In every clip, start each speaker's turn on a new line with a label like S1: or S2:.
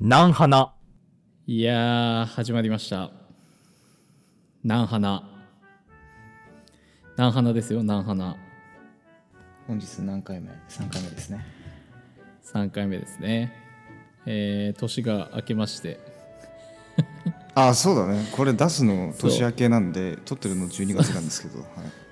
S1: なんはな。
S2: いやー、始まりました。なんはな。なんはなですよ、なんはな。
S3: 本日何回目 ?3 回目ですね。
S2: 3回目ですね。えー、年が明けまして。
S3: ああ、そうだね。これ出すの
S2: そう
S3: 年明けなんで、撮ってるの12月なんです けど、はい、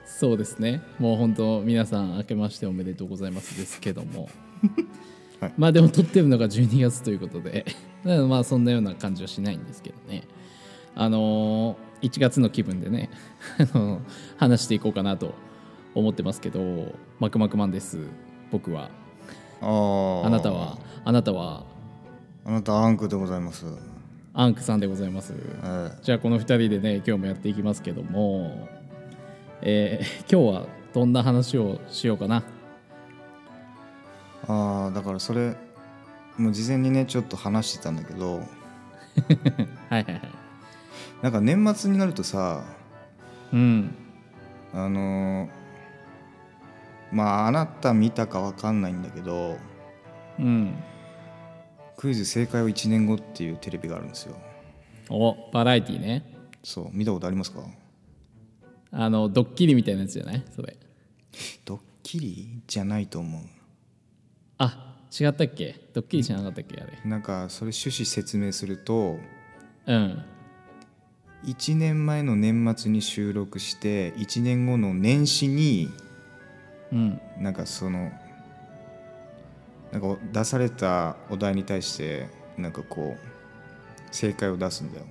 S2: そうですね。もう本当、皆さん明けましておめでとうございますですけども。
S3: はい
S2: まあでも撮ってるのが12月ということで、なのでまあそんなような感じはしないんですけどね。あのー、1月の気分でね、 あのー話していこうかなと思ってますけど、マクマクマンです、僕は。
S3: ああ
S2: あなたは、あなたは、
S3: あなた、アンクでございます。
S2: アンクさんでございます。
S3: え
S2: じゃあ、この2人でね、今日もやっていきますけども、えー今日はどんな話をしようかな。
S3: ー、ああ、だからそれ、もう事前にね、ちょっと話してたんだけ
S2: は
S3: ど、
S2: いはいはい。
S3: なんか年末になるとさ、
S2: うん。
S3: あのーまあ、あなた見たかわかんないんだけど、
S2: うん。
S3: クイズ正解を1年後っていうテレビがあるんですよ。
S2: お、バラエティね。
S3: そう、見たことありますか
S2: あの、ドッキリみたいなやつじゃないそれ。
S3: ドッキリじゃないと思う。
S2: あ、違ったっけドッキリじゃなかったっけあれ。
S3: なんかそれ趣旨説明すると
S2: うん。
S3: 1年前の年末に収録して1年後の年始に
S2: うん。
S3: なんかそのなんか出されたお題に対してなんかこう正解を出すんだよ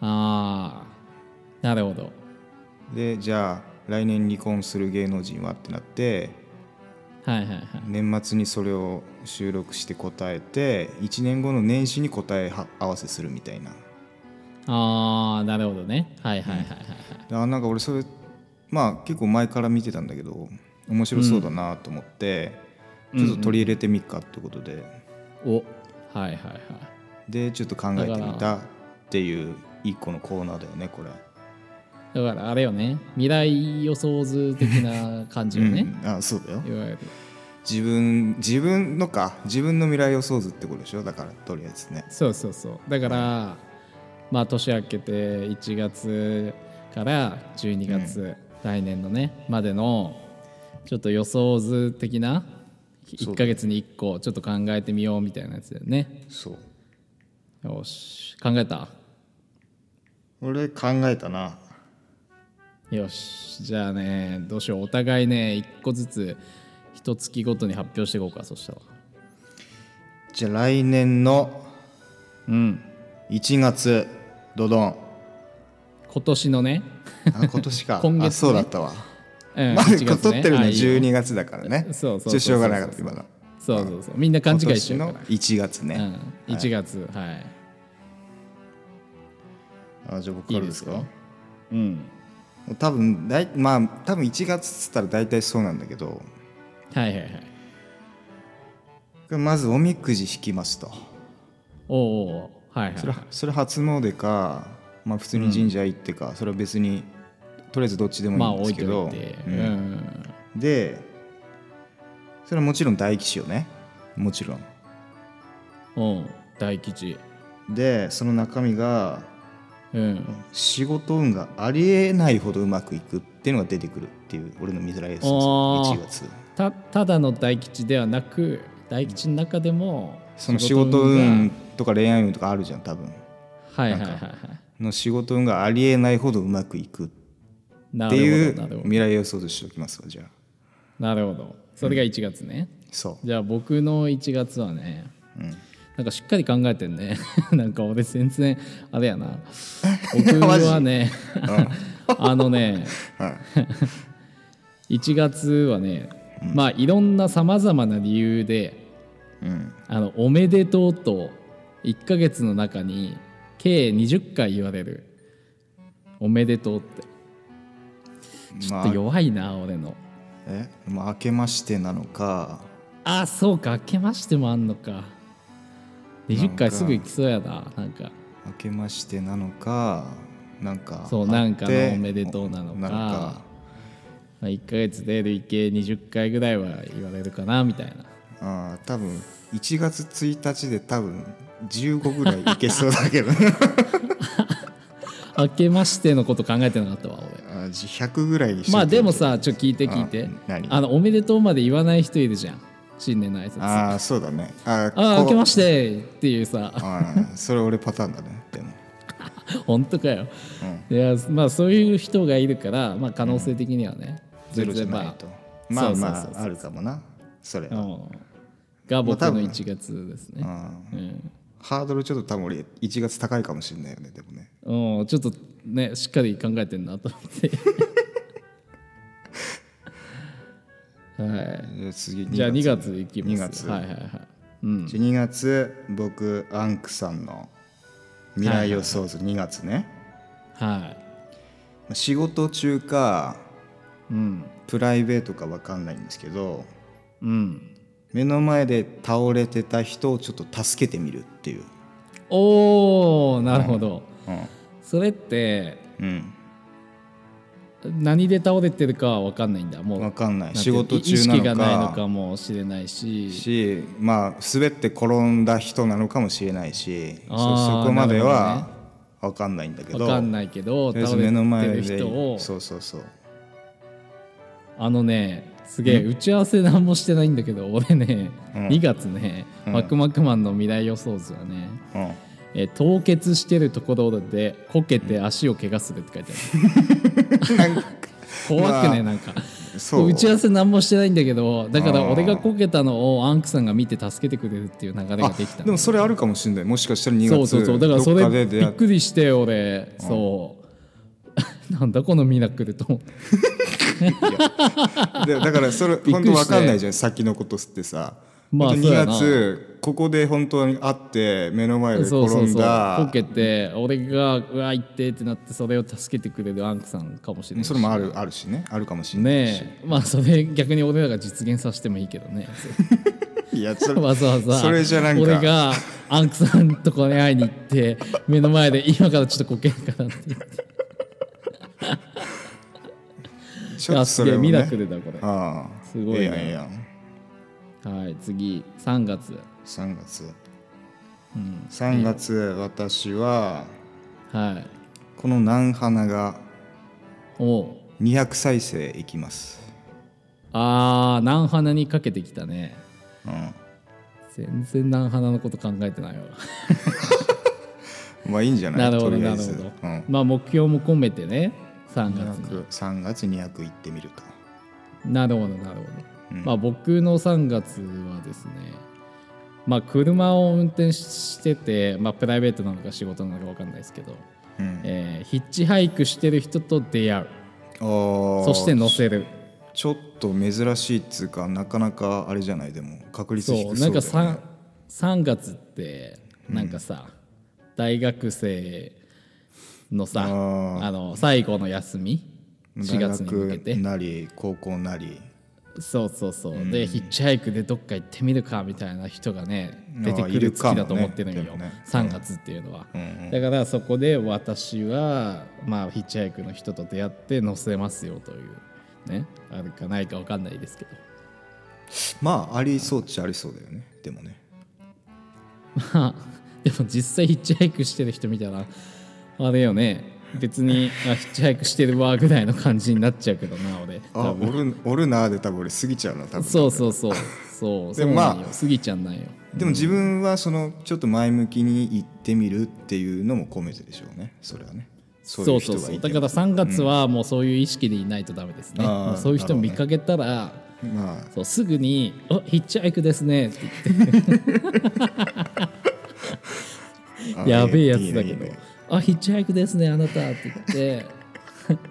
S2: あー、なるほど。
S3: でじゃあ来年離婚する芸能人はってなって
S2: はいはいはい。
S3: 年末にそれを収録して答えて1年後の年始に答えは合わせするみたいな
S2: あー、なるほどね。はいはいはいはい。はい
S3: であなんか俺それまあ結構前から見てたんだけど面白そうだなと思って、ちょっと取り入れてみっかってことで、
S2: お、はいはいはい。
S3: でちょっと考えてみたっていう一個のコーナーだよねこれ
S2: だからあれよね、未来予想図的な感じよね。
S3: うん、あそうだよ
S2: いわゆる。
S3: 自分自分のか自分の未来予想図ってことでしょだからとりあえずね
S2: そうそうそう。だから、まあ年明けて1月から12月、来年のね、までのちょっと予想図的な
S3: そう
S2: 1ヶ月に1個ちょっと考えてみようみたいなやつだよね。
S3: そう
S2: よし、考えた
S3: 俺考えたな
S2: よし、じゃあね、どうしよう。お互いね、1個ずつ1月ごとに発表していこうか、そしたら。
S3: じゃあ来年の
S2: うん。
S3: 1月ドドン
S2: 今年のね、
S3: あ今年 か
S2: 今月ね
S3: あそうだったわ
S2: うん
S3: まあ、
S2: 1月
S3: 撮ってるの
S2: あ
S3: はい
S2: いよ
S3: 12月だからね。
S2: そうそうそうそう
S3: ちょっとしょうがなかった、今の。
S2: そうそうそう。みんな勘違いしちゃうから
S3: 今。年の1月
S2: う
S3: ね。
S2: ん、1月、はい。
S3: あ、じゃあ僕からです
S2: いい
S3: か
S2: でうん。
S3: 多分だい、まあ、多分1月っつったら大体そうなんだけど、
S2: はいはいはい。
S3: まずおみくじ引きますと。
S2: おうおうはいはい
S3: そ
S2: は
S3: れ
S2: い。
S3: それ初詣か、まあ、普通に神社行ってか、それは別に、とりあえずどっちで
S2: まあ
S3: もい
S2: 置
S3: いんです
S2: い
S3: け
S2: て
S3: ど、
S2: おいて。
S3: う
S2: うんん。
S3: で、それはもちろん大吉よね。もちろん。
S2: おう大吉。
S3: で、その中身が、
S2: うん。
S3: 仕事運がありえないほどうまくいくっていうのが出てくるっていう俺の見づらいやつです
S2: あー
S3: 1月
S2: たただの大吉ではなく、大吉の中でも、
S3: その仕事運とか恋愛運とかあるじゃん多分
S2: が。はいはいはいはい。
S3: の仕事運がありえないほどうまくいくっ
S2: な
S3: てい
S2: る
S3: う
S2: ほど、なるほど。
S3: 未来予想図しておきますわじゃあ
S2: なるほど。それが1月ね。
S3: そ
S2: じゃあ僕の1月はね、
S3: う、うん、
S2: なんかしっかり考えてんね。 なんか俺全然、あれや な。僕はね、 あのね、1月はね、まあいろんなさまざまな理由で、
S3: うん、
S2: あの、おめでとうと1ヶ月の中に計20回言われる。おめでとうって。ちょ
S3: ま
S2: っ
S3: あ
S2: と弱いな、俺の。
S3: えまあ明けましてなのか
S2: あ、そうか、明けましてもあんのか。20回すぐ行きそうやな、なんか。
S3: 明けましてなのかなんか
S2: そう
S3: あって
S2: なんかのおめでとうなのか
S3: なのか
S2: まあ、1ヶ月で累計20回ぐらいは言われるかなみたいな
S3: あああ多分1月1日で多分15ぐらいいけそうだけど
S2: 明けましてのこと考えてなかったわ俺
S3: あじ100ぐらいにしといて
S2: まあでもさちょっと聞いて聞いて
S3: あ何
S2: あのおめでとうまで言わない人いるじゃん新年の挨拶あ
S3: ああそうだねあ
S2: あ明けましててっていうさ
S3: ああそれ俺パターンだね でも
S2: 本当かよ、いやまあそういう人がいるから、まあ、可能性的にはね、
S3: ゼロじゃ
S2: 全然
S3: ないとまあ
S2: そうそう
S3: ま
S2: そうそ
S3: あ
S2: う
S3: あるかもなそれ
S2: まあ
S3: は、
S2: うんが僕
S3: まあ多
S2: の
S3: 分
S2: 1月ですね、うん
S3: ハードルちょっと多分俺1月高いかもしれないよねでもね
S2: うん、ちょっとねしっかり考えてんなと思ってはい
S3: じゃあ次
S2: じゃあ2月いきます
S3: 2月
S2: はいはいはいうん
S3: 12月僕アンクさんの未来予想図2月ね、
S2: はい
S3: 仕事中か
S2: うん
S3: プライベートか分かんないんですけど
S2: うん
S3: 目の前で倒れてた人をちょっと助けてみるっていう
S2: おーなるほど、
S3: うん、
S2: それって
S3: うん、
S2: 何で倒れてるかは分かんないんだもう
S3: 分かんない
S2: なんて
S3: 仕事中
S2: 意
S3: な
S2: 識
S3: の
S2: が
S3: か
S2: ないのかもしれないし
S3: しまあ滑って転んだ人なのかもしれないしそ
S2: あー
S3: そこまで
S2: なる
S3: は
S2: ほ
S3: 分かんないんだけど
S2: 分かんないけど
S3: とりあえず
S2: 倒れ
S3: 目の前
S2: て
S3: で
S2: る人を
S3: そうそうそう
S2: あのねすげえ打ち合わせ何もしてないんだけど 俺ね、
S3: うん
S2: 2月ね、
S3: うん
S2: マクマクマンの未来予想図はね、
S3: うん
S2: えー凍結してるところでこけて足を怪我するって書いて ある、
S3: なんか
S2: 怖くね、
S3: ま
S2: な
S3: あ
S2: んか
S3: そう
S2: 打ち合わせ何もしてないんだけどだから
S3: あー
S2: 俺がこけたのをアンクさんが見て助けてくれるっていう流れが
S3: あ
S2: できたの
S3: でもそれあるかもしれないもしかしたら2月
S2: そうそうそうだからそ
S3: どっか
S2: れ
S3: で
S2: び
S3: 出会
S2: っくりして俺そう なんだこのミラクルと思って
S3: でだからそれ
S2: くり
S3: 本当わかんないじゃん先のことってさ、
S2: まあ
S3: 本当
S2: そうや
S3: 2
S2: な
S3: 月ここで本当に会って目の前で
S2: そうそう
S3: 転ん
S2: そう
S3: だ
S2: こけて俺がうわ行ってってなってそれを助けてくれるアンクさんかもしれないし
S3: それもあるあるしねあるかもしれないし、
S2: ねえまあそれ逆に俺らが実現させてもいいけど ね
S3: いやそれ
S2: わざわざ
S3: それじゃなんか
S2: 俺がアンクさんとこに会いに行って目の前で今からちょっとこけるからって言って
S3: ちょっとそれも、ね、
S2: いやすげえミラクルだこれ
S3: ああ
S2: すごいな
S3: ええやんええやん
S2: はい次3月
S3: 3月、3月私は
S2: はい
S3: この「南花」が
S2: おう
S3: 200再生いきます、
S2: あー南花にかけてきたね
S3: うん、
S2: 全然南花のこと考えてないわ
S3: まあいいんじゃない
S2: なるほど
S3: とり
S2: な
S3: あえ
S2: るほ
S3: ず
S2: ど、
S3: うん
S2: まあ目標も込めてね3月に
S3: 200 3月200いってみると
S2: なるほどなるほど、まあ僕の3月はですねまあ車を運転してて、まあ、プライベートなのか仕事なのか分かんないですけど、
S3: うん
S2: えーヒッチハイクしてる人と出会う
S3: ああ
S2: そして乗せる
S3: ちょっと珍しいっつうかなかなかあれじゃないでも確率低
S2: そう
S3: そう
S2: なんか
S3: だよね
S2: 3, 3月ってなんかさ、大学生のさ
S3: あー
S2: あの最後の休み4月に向け
S3: 大
S2: て
S3: 学なり高校なり
S2: そうそうそう、でヒッチハイクでどっか行ってみるかみたいな人がね
S3: あー
S2: 出てく
S3: いる
S2: る
S3: かも
S2: 月
S3: ね
S2: だと思ってるん
S3: で
S2: よ、
S3: もね
S2: 3月っていうのは、
S3: うんうん
S2: だからそこで私は、まあ、ヒッチハイクの人と出会って乗せますよというねあるかないか分かんないですけど
S3: まあありそうっちゃありそうだよねでもね
S2: まあ でも実際ヒッチハイクしてる人見たらあれよね別にあヒッチハイクしてるわぐらいの感じになっちゃうけどな俺
S3: あ
S2: 多
S3: お
S2: 分
S3: るおるなーで多分俺過ぎちゃうな多分
S2: そうそうそうそう
S3: で
S2: そ
S3: も
S2: う
S3: まあ
S2: なんよスギちゃんなんよ
S3: でも自分はそのちょっと前向きに行ってみるっていうのも込めてでしょうねそれはねそ
S2: そう
S3: いうう
S2: そ
S3: 人
S2: う
S3: が
S2: そ
S3: いうて
S2: だか
S3: も
S2: ら3月はもうそういう意識でいないとダメですね、
S3: あー
S2: もうそういう人見かけたら、
S3: まあ
S2: そうすぐに「あヒッチハイクですね」って言っ
S3: あ
S2: てやべえや
S3: いい
S2: つ
S3: ね
S2: だ
S3: い
S2: け
S3: い
S2: ど
S3: ね
S2: 「あヒッチハイクですねあなた」って言って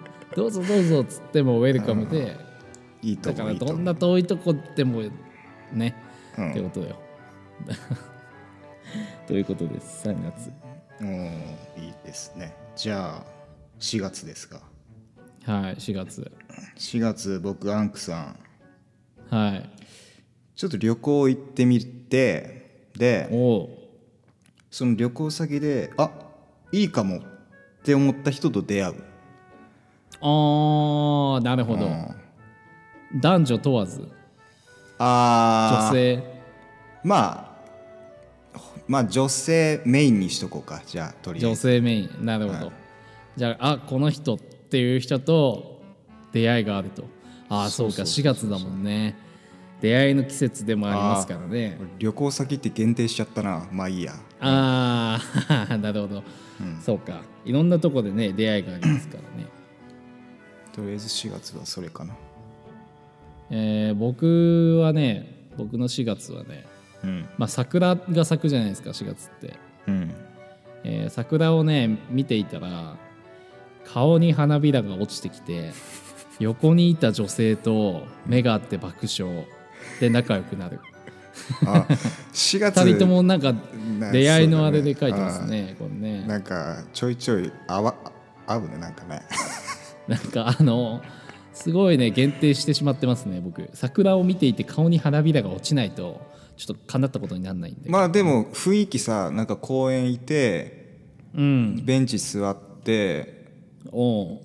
S2: 「どうぞどうぞ」っつってもウェルカムで
S3: いいと
S2: だか
S3: 思
S2: ら
S3: ういいと
S2: ど
S3: 思うん
S2: な遠いとこでもね、
S3: うん
S2: ってことよ ということです3月
S3: うんいいですねじゃあ4月ですか
S2: はい4月
S3: 4月僕アンクさん
S2: はい
S3: ちょっと旅行行ってみてで
S2: おう
S3: その旅行先であいいかもって思った人と出会う
S2: あーなるほど、男女問わず女
S3: あー
S2: 性
S3: まあほまあ女性メインにしとこうかじゃあとりあえ
S2: 女
S3: ず
S2: 性メインなるほど、
S3: はい
S2: じゃああこの人っていう人と出会いがあるとああそうか
S3: そうそうそうそ
S2: 4月
S3: う
S2: だもんね出会いの季節でもありますからね
S3: 旅行先って限定しちゃったなまあいいや
S2: ああー なるほど、そうかいろんなとこでね出会いがありますからね
S3: とりあえず4月はそれかな
S2: えー僕はね僕の4月はね、
S3: うん
S2: まあ、桜が咲くじゃないですか4月って、
S3: うん
S2: えー桜をね見ていたら顔に花びらが落ちてきて横にいた女性と目が合って爆笑で仲良くなる
S3: あ4月
S2: 2人ともなんか
S3: な
S2: 出会い
S3: そう
S2: の
S3: だ
S2: あ
S3: ね
S2: れで書いてますねこれね
S3: なんかちょいちょい合わ合うねなんか ね
S2: なんかあのすごいね限定してしまってますね僕桜を見ていて顔に花びらが落ちないとちょっとかなったことにならないんで、
S3: まあでも雰囲気さなんか公園いて
S2: うん
S3: ベンチ座って
S2: おう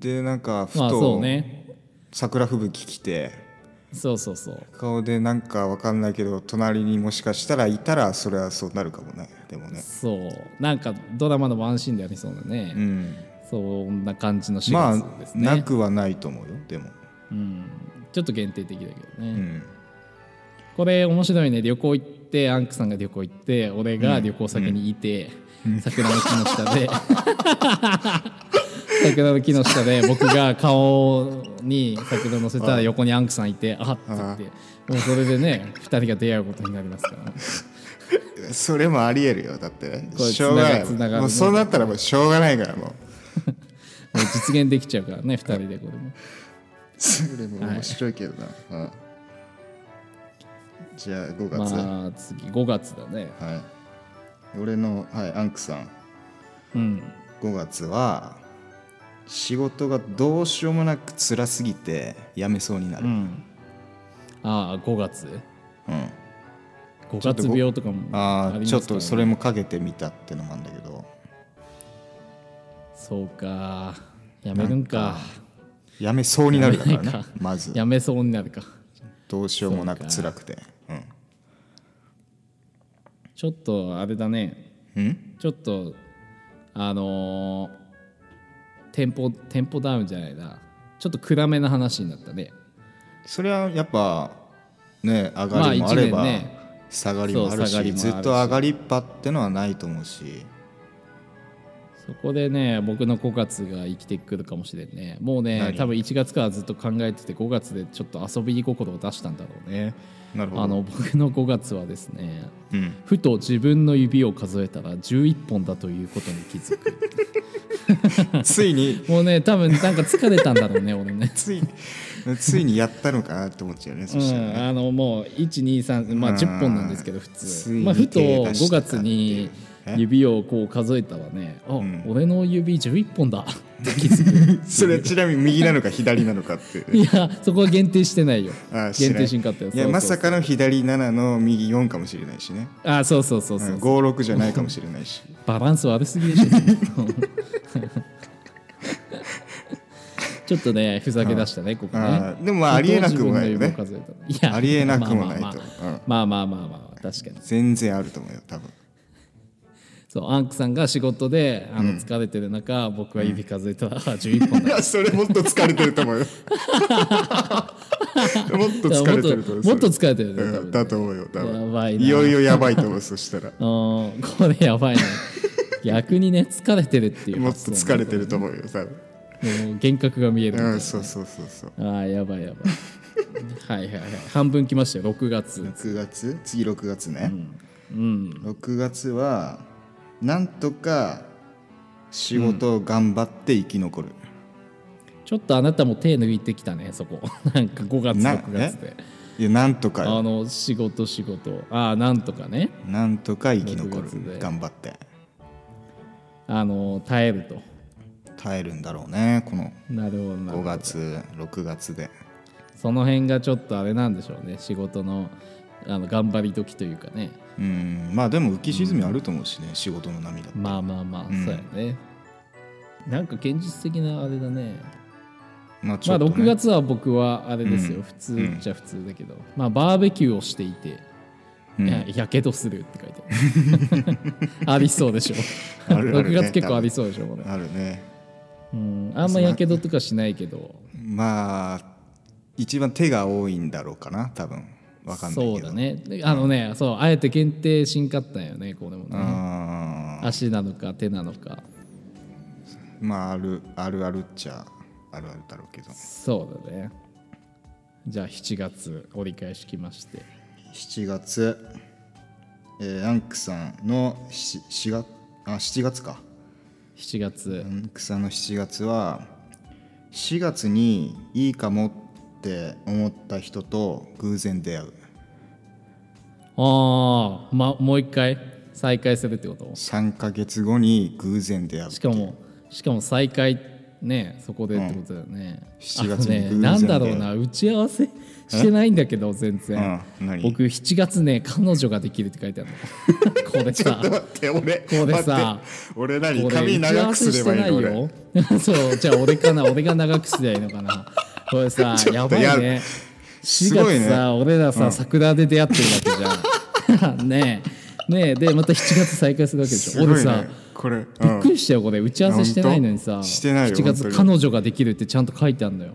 S3: でなんかふ
S2: まあそ
S3: と
S2: うね
S3: 桜吹雪来て
S2: そうそうそう
S3: 顔でなんかわかんないけど隣にもしかしたらいたらそれはそうなるかもねでもね
S2: そうなんかドラマのワンシーンでありそうなね、
S3: うん
S2: そんな感じの4
S3: ま
S2: 月です
S3: あ
S2: ね、
S3: なくはないと思うよでも
S2: うん、ちょっと限定的だけどね、
S3: うん
S2: これ面白いね旅行行ってアンクさんが旅行行って俺が旅行先にいて、桜の木の下で 桜の木の下で僕が顔に桜乗せたら横にアンクさんいてあっって言ってもうそれでね2人が出会うことになりますから
S3: それもありえるよだってね
S2: これ
S3: しょうがな
S2: つながつなが
S3: い
S2: る
S3: もうそうなったらもうしょうがないからもう
S2: もう実現できちゃうからね2人でこれも
S3: それも面白いけどな、うんじゃあ5月、
S2: まあ次5月だね
S3: はい俺の、はい、アンクさん
S2: うん
S3: 5月は仕事がどうしようもなく辛すぎて辞めそうになる、
S2: ああ5月
S3: うん
S2: 5月病とかも
S3: あ
S2: ありますから
S3: あ
S2: ね
S3: ちょっとそれもかけてみたってのもあるんだけど
S2: そうかやめるんか
S3: 辞めそうになるから
S2: 辞め な
S3: ね
S2: いか
S3: まず
S2: やめそうになるか
S3: どうしようもなく辛くてう
S2: ちょっとあれだね
S3: んん
S2: ちょっとあのーテンポテンポダウンじゃないなちょっと暗めな話になったね
S3: それはやっぱね上がりもあれば、
S2: まあ一年ね
S3: 下がりもあるし
S2: そう下がりもあるし
S3: ずっと上がりっぱってのはないと思うし
S2: そこでね僕の5月が生きてくるかもしれんねもうね
S3: 何
S2: 多分1月からずっと考えてて5月でちょっと遊び心を出したんだろうね
S3: なるほど
S2: あの僕の5月はですね
S3: うん、
S2: ふと自分の指を数えたら11本だということに気づく
S3: ついに
S2: もうね多分なんか疲れたんだろうね 俺ね
S3: ついついにやったのかなって思っちゃうね
S2: う
S3: そしたら
S2: ん、
S3: ね
S2: あのもう123まあ
S3: うん
S2: 10本なんですけど普通、
S3: ついに
S2: まあ、ふと
S3: 手出
S2: 5
S3: したかって
S2: 月に指をこう数えたらねあ、
S3: ん
S2: 俺の指11本だって気 づく
S3: それちなみに右なのか左なのかって いう
S2: いやそこは限定してないよ
S3: あ知
S2: 限
S3: らない
S2: 定しんかったよ
S3: いや
S2: そうそう
S3: まさかの左7の右4かもしれないしね
S2: あそうそうそうそう、
S3: 56じゃないかもしれないし
S2: バランス悪すぎでしょちょっとねふざけ出したねここね
S3: あーでもまあありえなくもないよね
S2: ふと自分の指を数えたらいや
S3: ありえなくもないとうん
S2: まあまあまあまあ、まあまあまあまあ確かに
S3: 全然あると思うよ多分
S2: そうアンクさんが仕事であの疲れてる中、僕は指数えたら11本
S3: い
S2: だ
S3: やそれもっと疲れてると思 うよもっ と疲れてると
S2: もっ
S3: 思う
S2: ともっと
S3: そ
S2: 疲れてる
S3: れ
S2: ね多
S3: う
S2: 分
S3: んだと思うよ多分
S2: やばいない
S3: よいよやばいと思う そしたら
S2: うんこれやばいね逆にね疲れてるっていう
S3: もっ
S2: 発
S3: と
S2: 想
S3: 疲れてると思うよ多分
S2: もう幻覚が見えるみたいな
S3: うんそうそうそうそう
S2: ああやばいやばいはいはいはい半分来ましたよ6月
S3: 6月次6月ね、
S2: うん
S3: 6月はなんとか仕事を頑張って生き残る、
S2: ちょっとあなたも手抜いてきたねそこ なんか5月
S3: な
S2: 6月で
S3: いやなんとか
S2: あ
S3: よ
S2: の仕事仕事ああなんとかね
S3: なんとか生き残
S2: 6月で
S3: る頑張って
S2: あの耐えると
S3: 耐えるんだろうねこの
S2: なるほどなる
S3: 5
S2: ほど
S3: 月6月で
S2: その辺がちょっとあれなんでしょうね仕事のあの頑張り時というかね
S3: うんまあでも浮き沈みあると思うしね、仕事の波だって
S2: まあまあまあ、そうやねなんか現実的なあれだね
S3: まあち
S2: ま
S3: ょ
S2: あ
S3: っと、ね、
S2: 6月は僕はあれですよ、
S3: うん
S2: 普通っちゃ普通だけど、まあバーベキューをしていて
S3: うん
S2: ややけどするって書いてある 浴びそうでしょ
S3: あるあ
S2: 6
S3: るね
S2: 月結構浴びそうでしょこれ
S3: あるね
S2: うんあんまやけどとかしないけど
S3: まあ一番手が多いんだろうかな多分わかんない
S2: そ
S3: けど
S2: うだねであのね、そうあえて限定しんかったんよねこれも
S3: う
S2: ね
S3: ん
S2: 足なのか手なのか
S3: まああるあるあるっちゃあるあるだろうけど
S2: そうだねじゃあ7月折り返しきまして
S3: 7月、えーアンクさんの 7, 月あ7月か
S2: 7月
S3: アンクさんの7月は4月にいいかもって思った人と偶然出会う
S2: ああ、ま、もう一回再開するってこと
S3: 3ヶ月後に偶然出会う
S2: しかもしかも再開ねそこでってことだよね、
S3: 7月に
S2: あのね
S3: 偶然で
S2: なんだろうな打ち合わせしてないんだけど全然、
S3: うん何
S2: 僕7月ね彼女ができるって書いてあるの これさ
S3: 待って俺
S2: これさ
S3: 待って俺何
S2: これ
S3: 髪
S2: 打ち合
S3: 長
S2: わ
S3: く
S2: せ
S3: す
S2: し
S3: れ
S2: て
S3: ばい
S2: ないい
S3: の俺
S2: よ そうじゃあ俺かな俺が長くすりゃいいのかなこれさ
S3: ちょ
S2: や
S3: っと
S2: ばい
S3: や
S2: ね4
S3: すごい
S2: 月
S3: ね
S2: さ、俺らさ、桜で出会ってるわけじゃん ねえねえでまた7月再開するわけでし
S3: す
S2: ょ、
S3: ご
S2: 俺
S3: い
S2: さ
S3: ねこれ、う
S2: びっ
S3: ん
S2: くりしたよこれ打ち合わせしてないのに
S3: あ
S2: さ
S3: 本当してないよ
S2: 7月
S3: 本当に
S2: 彼女ができるってちゃんと書いてあるのよ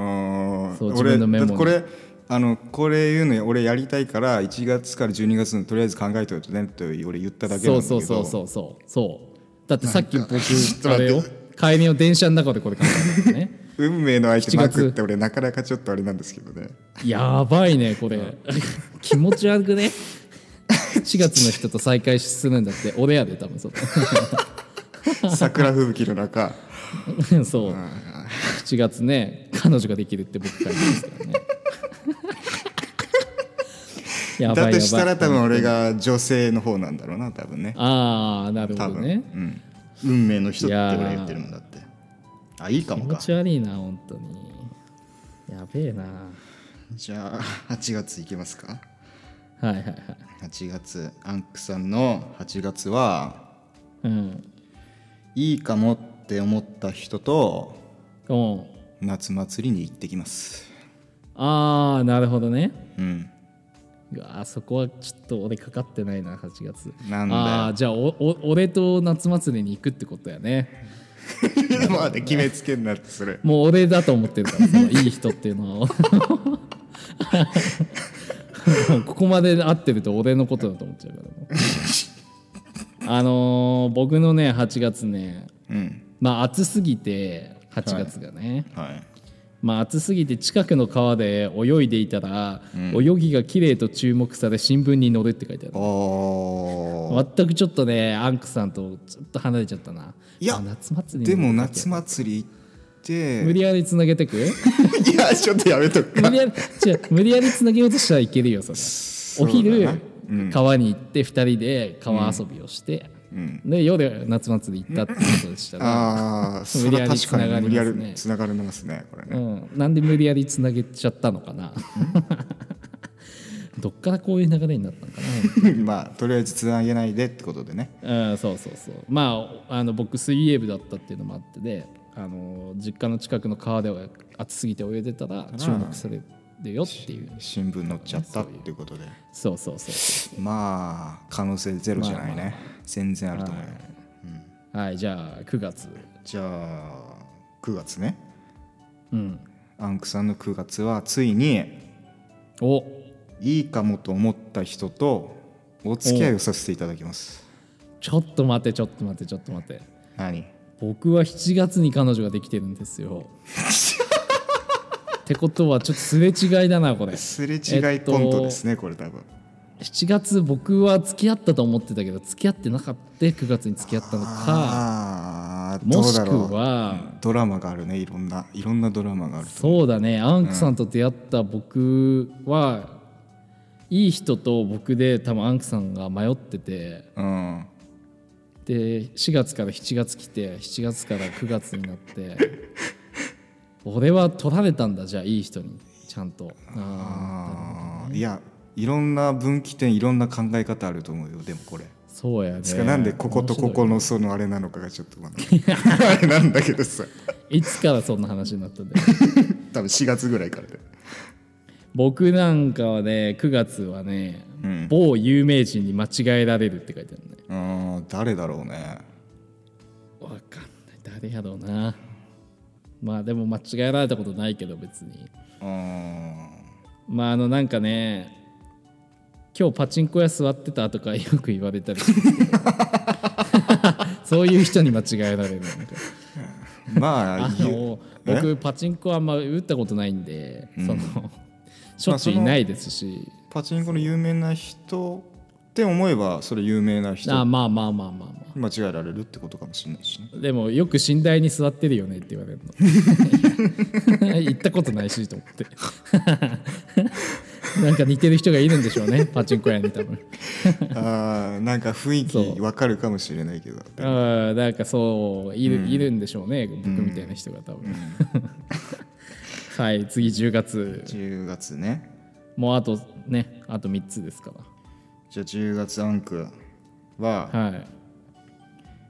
S3: あ
S2: そ
S3: ー
S2: う自
S3: 俺
S2: 分のメモに
S3: だってこれあのこれ言うの俺やりたいから1月から12月のとりあえず考えておいてねって俺言っただけなん
S2: そ
S3: だ
S2: う
S3: け
S2: そ
S3: ど
S2: うそうそうそうそうだってさっき僕
S3: ょっと
S2: あ
S3: 待っ
S2: れ
S3: て
S2: よ帰りの電車の中でこれ考えたんだよ ね
S3: 運命の相手マ
S2: 7
S3: クっ
S2: 月
S3: て俺なかなかちょっとあれなんですけ どね
S2: やばいねこれ気持ち悪くね4月の人と再会するんだって俺やで多分そう
S3: 桜吹雪の中
S2: そう7月ね彼女ができるって僕書いてますから ねやばいや
S3: だ
S2: ばい
S3: としたら多分俺が女性の方なんだろうな多分ね
S2: ああなる
S3: 多
S2: ほど
S3: 分
S2: ね
S3: うん、運命の人って
S2: いや
S3: 俺
S2: ー
S3: 言ってるもんだってあいいか
S2: 気
S3: も
S2: 持
S3: か
S2: ち悪いな本当にやべえな
S3: じゃあ8月いきますか
S2: はいはいはい
S3: 8月アンクさんの8月は
S2: うん
S3: いいかもって思った人と
S2: おう
S3: 夏祭りに行ってきます
S2: ああなるほどね
S3: うん
S2: うわーそこはちょっと俺かかってないな8月
S3: なんだよ
S2: あーじゃあおお俺と夏祭りに行くってことやね
S3: まあね決めつけんなってそれ
S2: もう俺だと思ってるからそのいい人っていうのは ここまで合ってると俺のことだと思っちゃうからもうあのー僕のね8月ね
S3: うん
S2: まあ暑すぎて8月がね、
S3: はい
S2: まあ暑すぎて近くの川で泳いでいたら、泳ぎが綺麗と注目され新聞に載るって書いてある
S3: おー
S2: 全くちょっとねアンクさんとちょっと離れちゃったない
S3: いや
S2: 夏祭り
S3: でも
S2: に
S3: 夏祭り行って
S2: 無理やりつなげてく
S3: いやちょっとやめとく
S2: 無
S3: か
S2: 理やり違う無理やりつなげようとしたらいけるよそれお
S3: そう
S2: 昼
S3: だなうん
S2: 川に行って2人で川遊びをして、
S3: うん
S2: で夜夏祭り行ったってことでしたら、
S3: ああそ
S2: 無理
S3: れ
S2: や
S3: は
S2: り
S3: 確かに無理やりつ
S2: つ
S3: ながりますねこれ
S2: う
S3: ね
S2: ん、なんで無理やりつなげちゃったのかな どっからこういう流れになったのか
S3: まあとりあえずつなげないでってことでね
S2: な、うん、そうそうそうまああの僕水泳部だったっていうのもあってであの実家の近くの川では暑すぎて泳いでたら注目されるよっていう、
S3: 新聞載っちゃったっていうことで
S2: そうそうそうそ
S3: まあ可能性ゼロじゃないね、
S2: まあま
S3: 全然あると思うよ、
S2: うはいじゃあ9月
S3: じゃあ9月ね
S2: うん
S3: アンクさんの9月はついに
S2: お
S3: いいかもと思った人とお付き合いをさせていただきます
S2: ちょっと待ってちょっと待ってちょっと待って
S3: 何
S2: 僕は7月に彼女ができてるんです よってことはちょっとすれ違いだなこれ
S3: すれ違いコントですね、これ多分
S2: 7月僕は付き合ったと思ってたけど付き合ってなかった9月に付き合ったのか
S3: ああ
S2: もしく
S3: どうだろ
S2: は
S3: うドラマがあるねいろんないろんなドラマがある
S2: そうだねアンクさんと出会った僕は、いい人と僕で多分アンクさんが迷ってて
S3: うん
S2: で4月から7月来て7月から9月になって 俺は取られたんだじゃあいい人にちゃんとあー
S3: あーいやいろんな分岐点いろんな考え方あると思うよでもこれ
S2: そうやね
S3: つかなんでこことここ
S2: 面
S3: のそのあれなのかがちょっとまだ あれなんだけどさ
S2: 白いいつからそんな話になったん だよ
S3: 多分4月ぐらいからで
S2: 僕なんかはね9月はね
S3: うん
S2: 某有名人に間違えられるって書いてあるね
S3: うん誰だろうね
S2: わかんない誰やろうなまあでも間違えられたことないけど別に
S3: うん
S2: まああのなんかね今日パチンコ屋座ってたとかよく言われたりする けどそういう人に間違えられるなんか
S3: ま あ
S2: あ
S3: ゆ
S2: の僕パチンコあんま打ったことないんで、そのしょっちゅういないですし、
S3: パチンコの有名な人って思えばそれ有名な人
S2: あまあまあまあまあま
S3: 間違えられるってことかもしれないし ね
S2: あでもよく寝台に座ってるよねって言われる の行ったことないしと思って なんか似てる人がいるんでしょうねパチンコ屋に多分
S3: あーなんか雰囲気わかるかもしれないけど
S2: ああなんかそういる,、ん、いるんでしょうね僕みたいな人が多分、 はい次10月
S3: 10月ね
S2: もうあとねあと3つですか
S3: じゃあ10月アンクは
S2: ら、はい、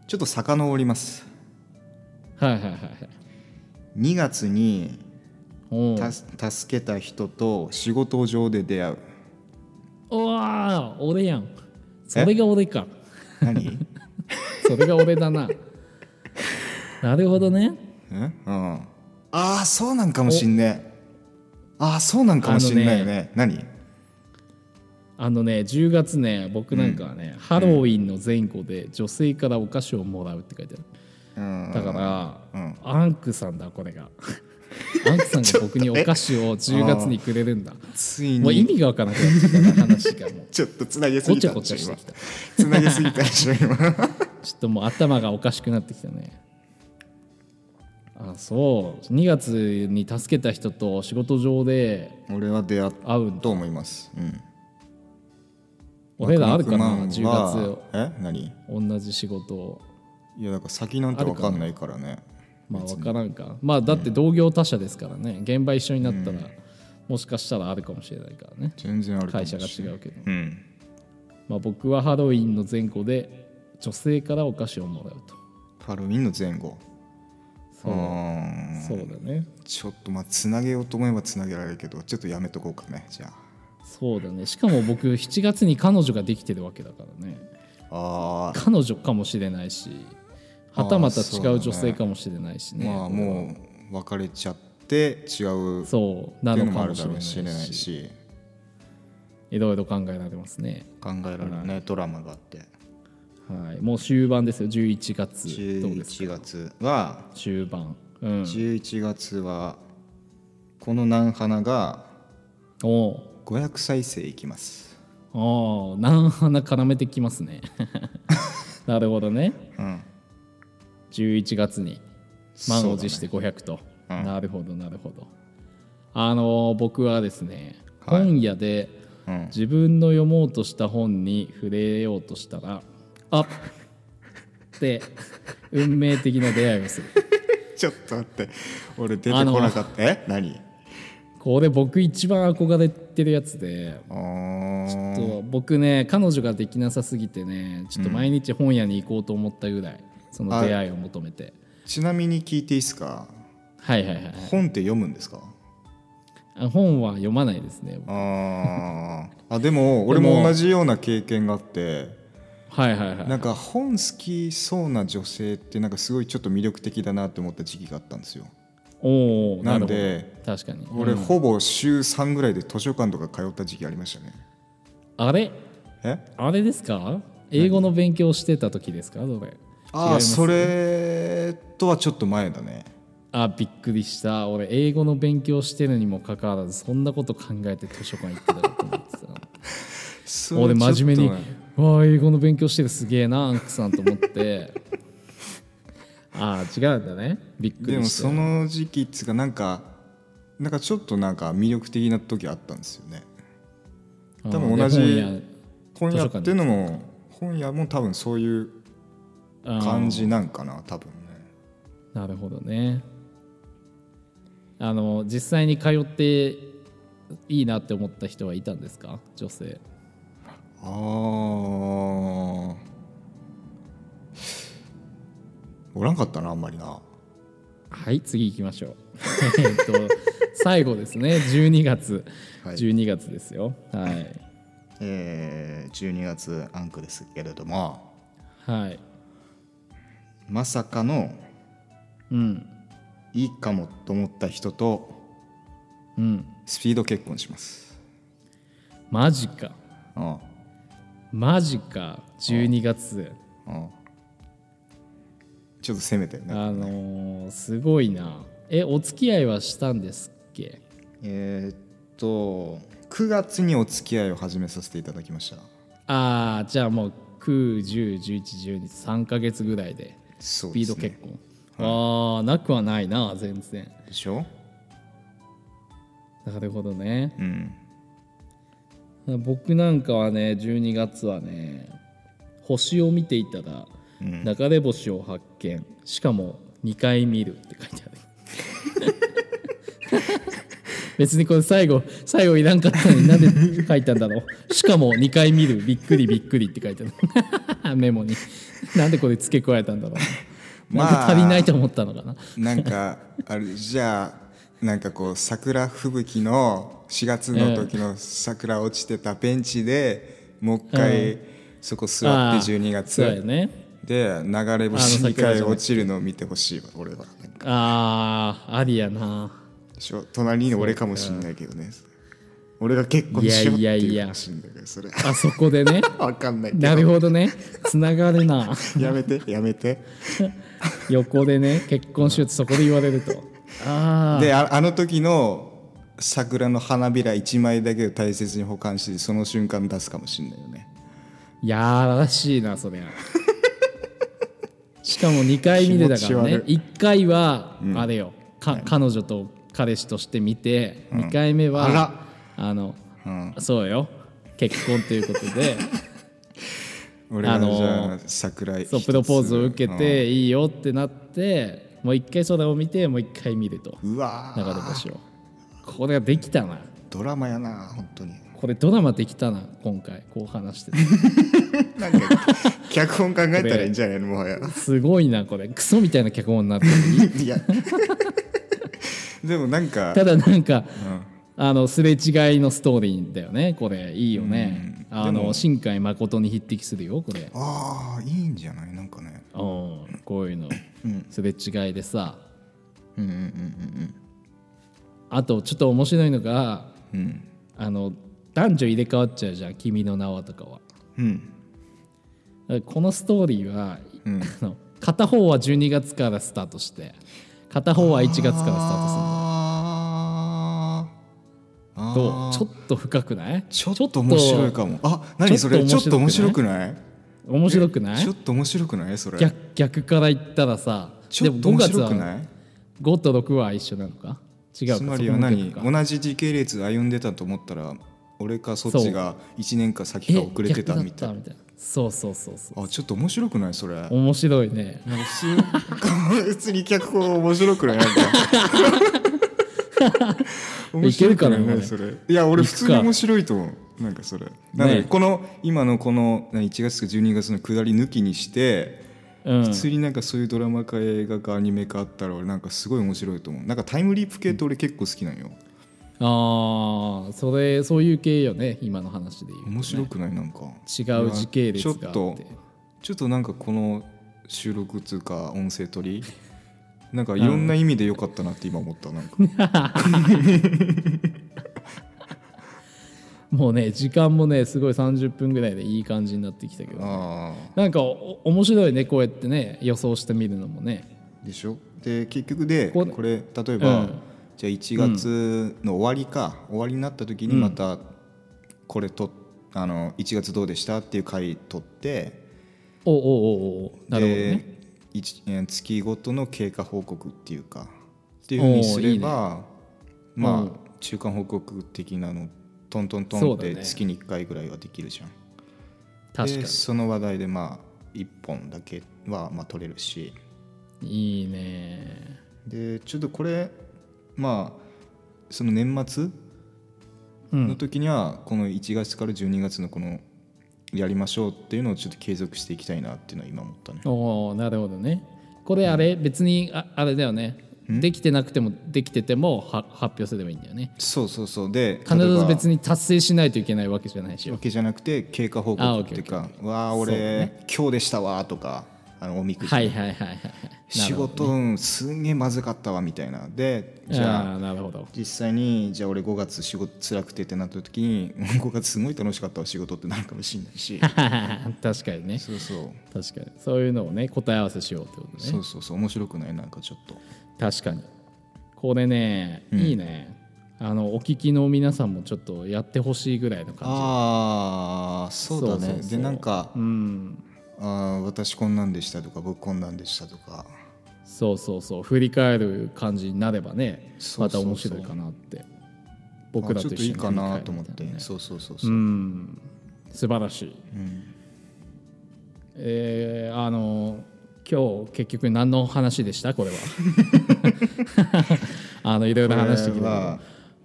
S3: ちょっと遡ります
S2: はいはいはいはい
S3: 2月に
S2: お
S3: た
S2: ー
S3: す助けた人と仕事上で出会う
S2: おわー俺やんそれが俺か
S3: 何
S2: それが俺だ ななるほどね
S3: えうんああそうなんかもしんねああそうなんかもしんないよね何
S2: あのね10月ね僕なんかはね、ハロウィンの前後で女性からお菓子をもらうって書いてある
S3: うん
S2: だから、
S3: うん
S2: アンクさんだこれが アンクさんが僕にお菓子を10月にくれるんだ
S3: つい
S2: もう意
S3: に
S2: 味がわからなくなってきたな話 がもう
S3: ちょっとつなげす
S2: ご
S3: ぎ
S2: ち
S3: た
S2: ゃ
S3: ん
S2: ご
S3: で
S2: ち
S3: し
S2: ゃ
S3: ょ
S2: して
S3: 今
S2: きた
S3: つなげすぎたでしょ今
S2: ちょっともう頭がおかしくなってきたね。あそう2月に助けた人と仕事上で
S3: 俺は出会っ
S2: 会うん
S3: た
S2: だ
S3: と思いますうん
S2: 俺らあるかな
S3: マクマクマンは
S2: 10
S3: え何
S2: 月同じ仕事
S3: いやだから先なんて分かんないからね
S2: まあ分からんかまあだって同業他社ですからね現場一緒になったら、もしかしたらあるかもしれないからね
S3: 全然あるかも
S2: 会
S3: し
S2: 社
S3: れ
S2: が違
S3: ない
S2: うけど、
S3: うん
S2: まあ、僕はハロウィンの前後で女性からお菓子をもらうと
S3: ハロウィンの前後
S2: そう
S3: うーん
S2: そうだね
S3: ちょっとまあつなげようと思えばつなげられるけどちょっとやめとこうかねじゃ
S2: そうだねしかも僕7月に彼女ができてるわけだからね
S3: ああー
S2: 彼女かもしれないしはたまた違う女性かもしれないしね
S3: まあもう別れちゃって違うって
S2: そうな
S3: いう
S2: の
S3: のも
S2: か
S3: あ
S2: も
S3: る
S2: し
S3: だ
S2: れ
S3: ろ
S2: な
S3: う
S2: い
S3: しれ
S2: し
S3: ないし
S2: いろいろ考えられますね、
S3: 考えられるねドラマがあって
S2: はい、もう終盤ですよ11月どうですか
S3: 11月は
S2: 終盤うん
S3: 11月はこの「南花」が
S2: おう
S3: 500再生いきます
S2: おう南花絡めてきますね なるほどね
S3: うん
S2: 11月に満を持して500と、
S3: うん
S2: なるほどなるほどあのー僕はですね、
S3: はい
S2: 本屋で
S3: うん
S2: 自分の読もうとした本に触れようとしたらあっって運命的な出会いをする
S3: ちょっと待って俺出てこなかったえ何
S2: これ僕一番憧れてるやつで
S3: あー
S2: と僕ね彼女ができなさすぎてねちょっと毎日本屋に行こうと思ったぐらいその出会いを求めて
S3: ちなみに聞いていいですか
S2: はいはいはい
S3: 本って読むんですか
S2: あ本は読まないですね
S3: あーあでも俺も同じような経験があって
S2: はいはいはい
S3: なんか本好きそうな女性ってなんかすごいちょっと魅力的だなって思った時期があったんですよ
S2: おおな
S3: な
S2: る
S3: ん
S2: ほど
S3: で
S2: 確かに
S3: 俺
S2: うん
S3: ほぼ週3ぐらいで図書館とか通った時期ありましたね
S2: あれ
S3: え
S2: あれですか英語の勉強してた時ですかそれ
S3: ああそれとはちょっと前だね
S2: あびっくりした俺英語の勉強してるにもかかわらずそんなこと考えて図書館行ってたと思ってた
S3: それ
S2: 俺
S3: ちょっと
S2: 真面目に
S3: ね
S2: 「わあ英語の勉強してるすげえなアンクさん」と思ってああ違うんだねびっく
S3: でも
S2: りした
S3: その時期っつうかなんかなんかちょっとなんか魅力的な時あったんですよね
S2: うん
S3: 多分同じ
S2: で本屋
S3: 本屋ってのも本屋も多分そういう
S2: あー
S3: 感じなんかな多分ね
S2: なるほどねあの実際に通っていいなって思った人はいたんですか女性
S3: あーおらんかったなあんまりな
S2: はい次行きましょう えっと最後ですね12月、
S3: はい
S2: 12月ですよはい
S3: えー12月アンクですけれども
S2: はい
S3: まさかの
S2: うん
S3: いいかもと思った人と
S2: うん
S3: スピード結婚します
S2: マジか
S3: あ
S2: マジか12月
S3: あああちょっと攻めたよね
S2: あのーすごいなえお付き合いはしたんですっけ
S3: えーっと9月にお付き合いを始めさせていただきました
S2: ああじゃあもう910111213ヶ月ぐらいで
S3: そ
S2: ス
S3: う
S2: ピ
S3: で
S2: ー
S3: す
S2: ド
S3: ね
S2: 結婚、ああなくはないな全然
S3: でしょ
S2: なるほどね
S3: うん
S2: 僕なんかはね12月はね星を見ていたら
S3: うん
S2: 流れ星を発見しかも2回見るって書いて ある別にこれ最後最後いらんかったのになんで書いたんだろうしかも2回見るびっくりびっくりって書いてある メモになんでこれ付け加えたんだろ うなんか足りないと思ったのかな
S3: なんかあれじゃあなんかこう桜吹雪の4月の時の桜落ちてたベンチでもう一回そこ座
S2: あ
S3: っ
S2: あ
S3: て12月
S2: そうやね
S3: で流れ
S2: あ
S3: 星
S2: の桜
S3: 2回
S2: じゃなくて
S3: 落ちるのを見てほしいわ俺はなんか
S2: ああありやな
S3: でしょ隣に俺かもしんないけどね俺が結婚しようって
S2: いやいやい
S3: いう
S2: や
S3: かもしんないけどそれ
S2: あそこでね
S3: わかんないけど
S2: なるほどね。つながるな。
S3: やめてやめて
S2: 横でね、結婚しようってそこで言われると。あ
S3: でああの時の桜の花びら1枚だけを大切に保管してその瞬間出すかもしんないよね
S2: あ、やらしいな、そりゃ。しかも2回見てたからね
S3: 気持ち悪。
S2: 1回は、あれよ、か彼女と彼氏として見て、2回目は、
S3: あら
S2: あの、
S3: うん
S2: そうよ、結婚ということで、
S3: 俺が
S2: あのー
S3: じゃあ桜井
S2: そうプロポーズを受けていいよってなって、もう1回それを見て、もう1回見ると、
S3: うわ
S2: 流れ
S3: ー
S2: 星を。これができたな。
S3: ドラマやな本当に
S2: これドラマできたな今回こう話してて
S3: な んか脚本考えたらいいんじゃないのもはや
S2: すごいなこれクソみたいな脚本になってる
S3: いやでもなんか
S2: ただなんか、あのすれ違いのストーリーだよねこれいいよね、あの新海誠に匹敵するよこれ
S3: ああいいんじゃないなんかね
S2: うんこういうの、すれ違いでさ
S3: うんうんうん
S2: あとちょっと面白いのが
S3: うんうん
S2: あの男女入れ替わっちゃうじゃん「君の名は」とかは
S3: うん
S2: このストーリーは、あの片方は12月からスタートして片方は1月からスタートする
S3: あーあー
S2: とちょっと深くない
S3: ちょっと面白いかもあ何それち
S2: ち
S3: ょ
S2: ょ
S3: っ
S2: っ
S3: と
S2: と
S3: 面
S2: 面
S3: 白
S2: 白
S3: く
S2: く
S3: ない
S2: 面白くない
S3: ちょっと面白くないそれ
S2: 逆逆から言ったらさ
S3: ちょっと
S2: でも
S3: 面
S2: 5月
S3: 白く
S2: は
S3: ない
S2: 5と6は一緒なのか違うか
S3: つまり
S2: そ
S3: は
S2: こも
S3: 何
S2: 逆か
S3: 同じ時系列歩んでたと思ったら俺かそっちが1年か先か
S2: え
S3: 遅れてたみたい
S2: 逆だっそうそうそうそ
S3: なあちょっと面白くないそれ
S2: う面白いね
S3: なんか普通普通に脚本面白くないなんか面白くない
S2: いけるかなこ
S3: ね
S2: れ
S3: それいや俺普通に
S2: いくか
S3: 面白いと思うなんかそれなんで
S2: ね
S3: この今のこの何1月か12月の下り抜きにして
S2: うん
S3: 普通になんかそういうドラマか映画かアニメかあったら俺なんかすごい面白いと思うなんかタイムリープ系って俺結構好きなんよ
S2: ああそれそういう系よね今の話で言うとね
S3: 面白くないなんか
S2: 違う時系列があって
S3: ちょっとちょっとなんかこの収録つうか音声取りなんかいろんな意味で良かったなって今思った なんか
S2: もうね時間もねすごい30分ぐらいでいい感じになってきたけど
S3: あ
S2: なんかお面白いねこうやってね予想してみるのもね
S3: あでしょで結局でこ
S2: こ
S3: れ例えば、
S2: うん
S3: じゃあ1月の終わりか、終わりになった時にまたこれとっあの1月どうでしたっていう回取って
S2: おおおおおなるほどね
S3: で一えー月ごとの経過報告っていうかっていうふうにすればまあ、
S2: うん
S3: 中間報告的なのトントントン
S2: そ
S3: っ
S2: うだ
S3: て
S2: ね
S3: 月に1回ぐらいはできるじゃん。
S2: 確か
S3: でその話題でまあ1本だけはまあ取れるし
S2: にいいね
S3: でちょっとこれまあその年末
S2: うん
S3: の時にはこの1月から12月のこのやりましょうっていうのをちょっと継続していきたいなっていうのは今思ったね。
S2: おおなるほどねこれあれ、別にああれだよねできてなくてもできててもは発表すればいいんだよね
S3: そうそうそうで
S2: 必ず別
S3: に
S2: に達成しないといけないわけじゃないし
S3: わけじゃなくて経過報
S2: あオ
S3: 告
S2: ッ
S3: って
S2: ケ
S3: い
S2: ーオ
S3: う
S2: ッ
S3: か
S2: ケ
S3: 「わあ俺、
S2: そうだね
S3: 今日でしたわ」とかあのおみくじ、
S2: はいはいはいはいはい
S3: 仕事、うんすんげえまずかったわみたいなでじ
S2: じ
S3: ゃあ
S2: ゃあーなるほど
S3: 実際にじゃあ俺5月仕事辛くてってなった時に5 月すごい楽しかったわ仕事ってなるかもしれな いし
S2: 確かにね
S3: そうそう
S2: 確かにそういうのをね答え合わせしようってことね
S3: そうそうそう面白くないなんかちょっと
S2: 確かにこれね、いいねあのお聞きの皆さんもちょっとやってほしいぐらいの感
S3: ああそうだね
S2: そうそうそう
S3: でなんか、
S2: じうん
S3: あー私こんなんでしたとか僕こんなんでしたとか
S2: そうそうそう振り返る感じになればね
S3: そう
S2: また
S3: そうそう
S2: 面白いかなって僕
S3: あ
S2: ら
S3: ち
S2: と
S3: ょっと
S2: 一緒
S3: い
S2: に
S3: いかなと思っ
S2: 振り
S3: て、
S2: 返るみたいなね
S3: そうそうそうそうう、
S2: ん素晴らしい
S3: うん
S2: えーあの今日結局何の話でしたこれは あのいろいろ話してきたけど
S3: これは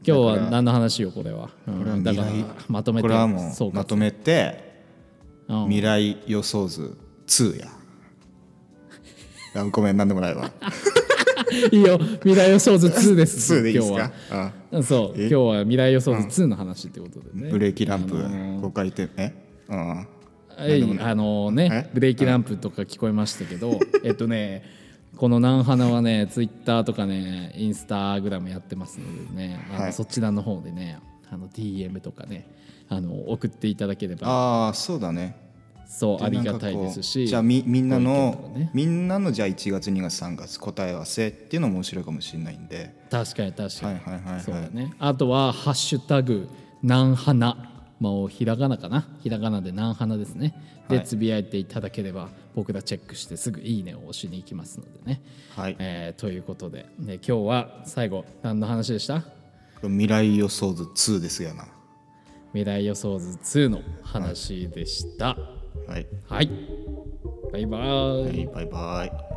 S2: 今日は何の話よこれは、うん
S3: これは
S2: だ
S3: 未
S2: から
S3: 来
S2: まとめて
S3: これはも
S2: そう
S3: う
S2: か
S3: まとめて
S2: うん
S3: 未来予想図2や あごめん何で もないわ
S2: いいよ未来予想図2です
S3: 2でいいです
S2: 今日
S3: か
S2: は
S3: あ
S2: うんそう今日は未来予想図2の話ってことでね、
S3: ブレーキランプ
S2: あの
S3: 5回転えうん
S2: はいあのね
S3: え
S2: ブレーキランプとか聞こえましたけ どえっとねこの「なんはな」はねツイッターとかねインスタグラムやってますのでね、あの
S3: はい
S2: そちらの方でねあの DM とかねあの送っていただければ
S3: ああそうだね
S2: そうあり
S3: なんか
S2: がた
S3: こう
S2: いですし
S3: じゃあみみんな
S2: ご意見
S3: の、
S2: とかね
S3: みんなのじゃあ1月2月3月答え合わせっていうのも面白いかもしれないんで
S2: 確かに確かに、
S3: はいはいはいはい
S2: そうだねあとは「ハッシュタグなんはな」もうひらがなかなひらがなでなんはなですねで
S3: はい
S2: つぶやいていただければ僕らチェックしてすぐ「いいね」を押しに行きますのでね
S3: はい
S2: えーということで、ね、今日は最後何の話でした
S3: 未来予想図2ですよな
S2: 未来予想図2の話でした。
S3: はい、
S2: はい、バイバーイ
S3: はい、バイバイ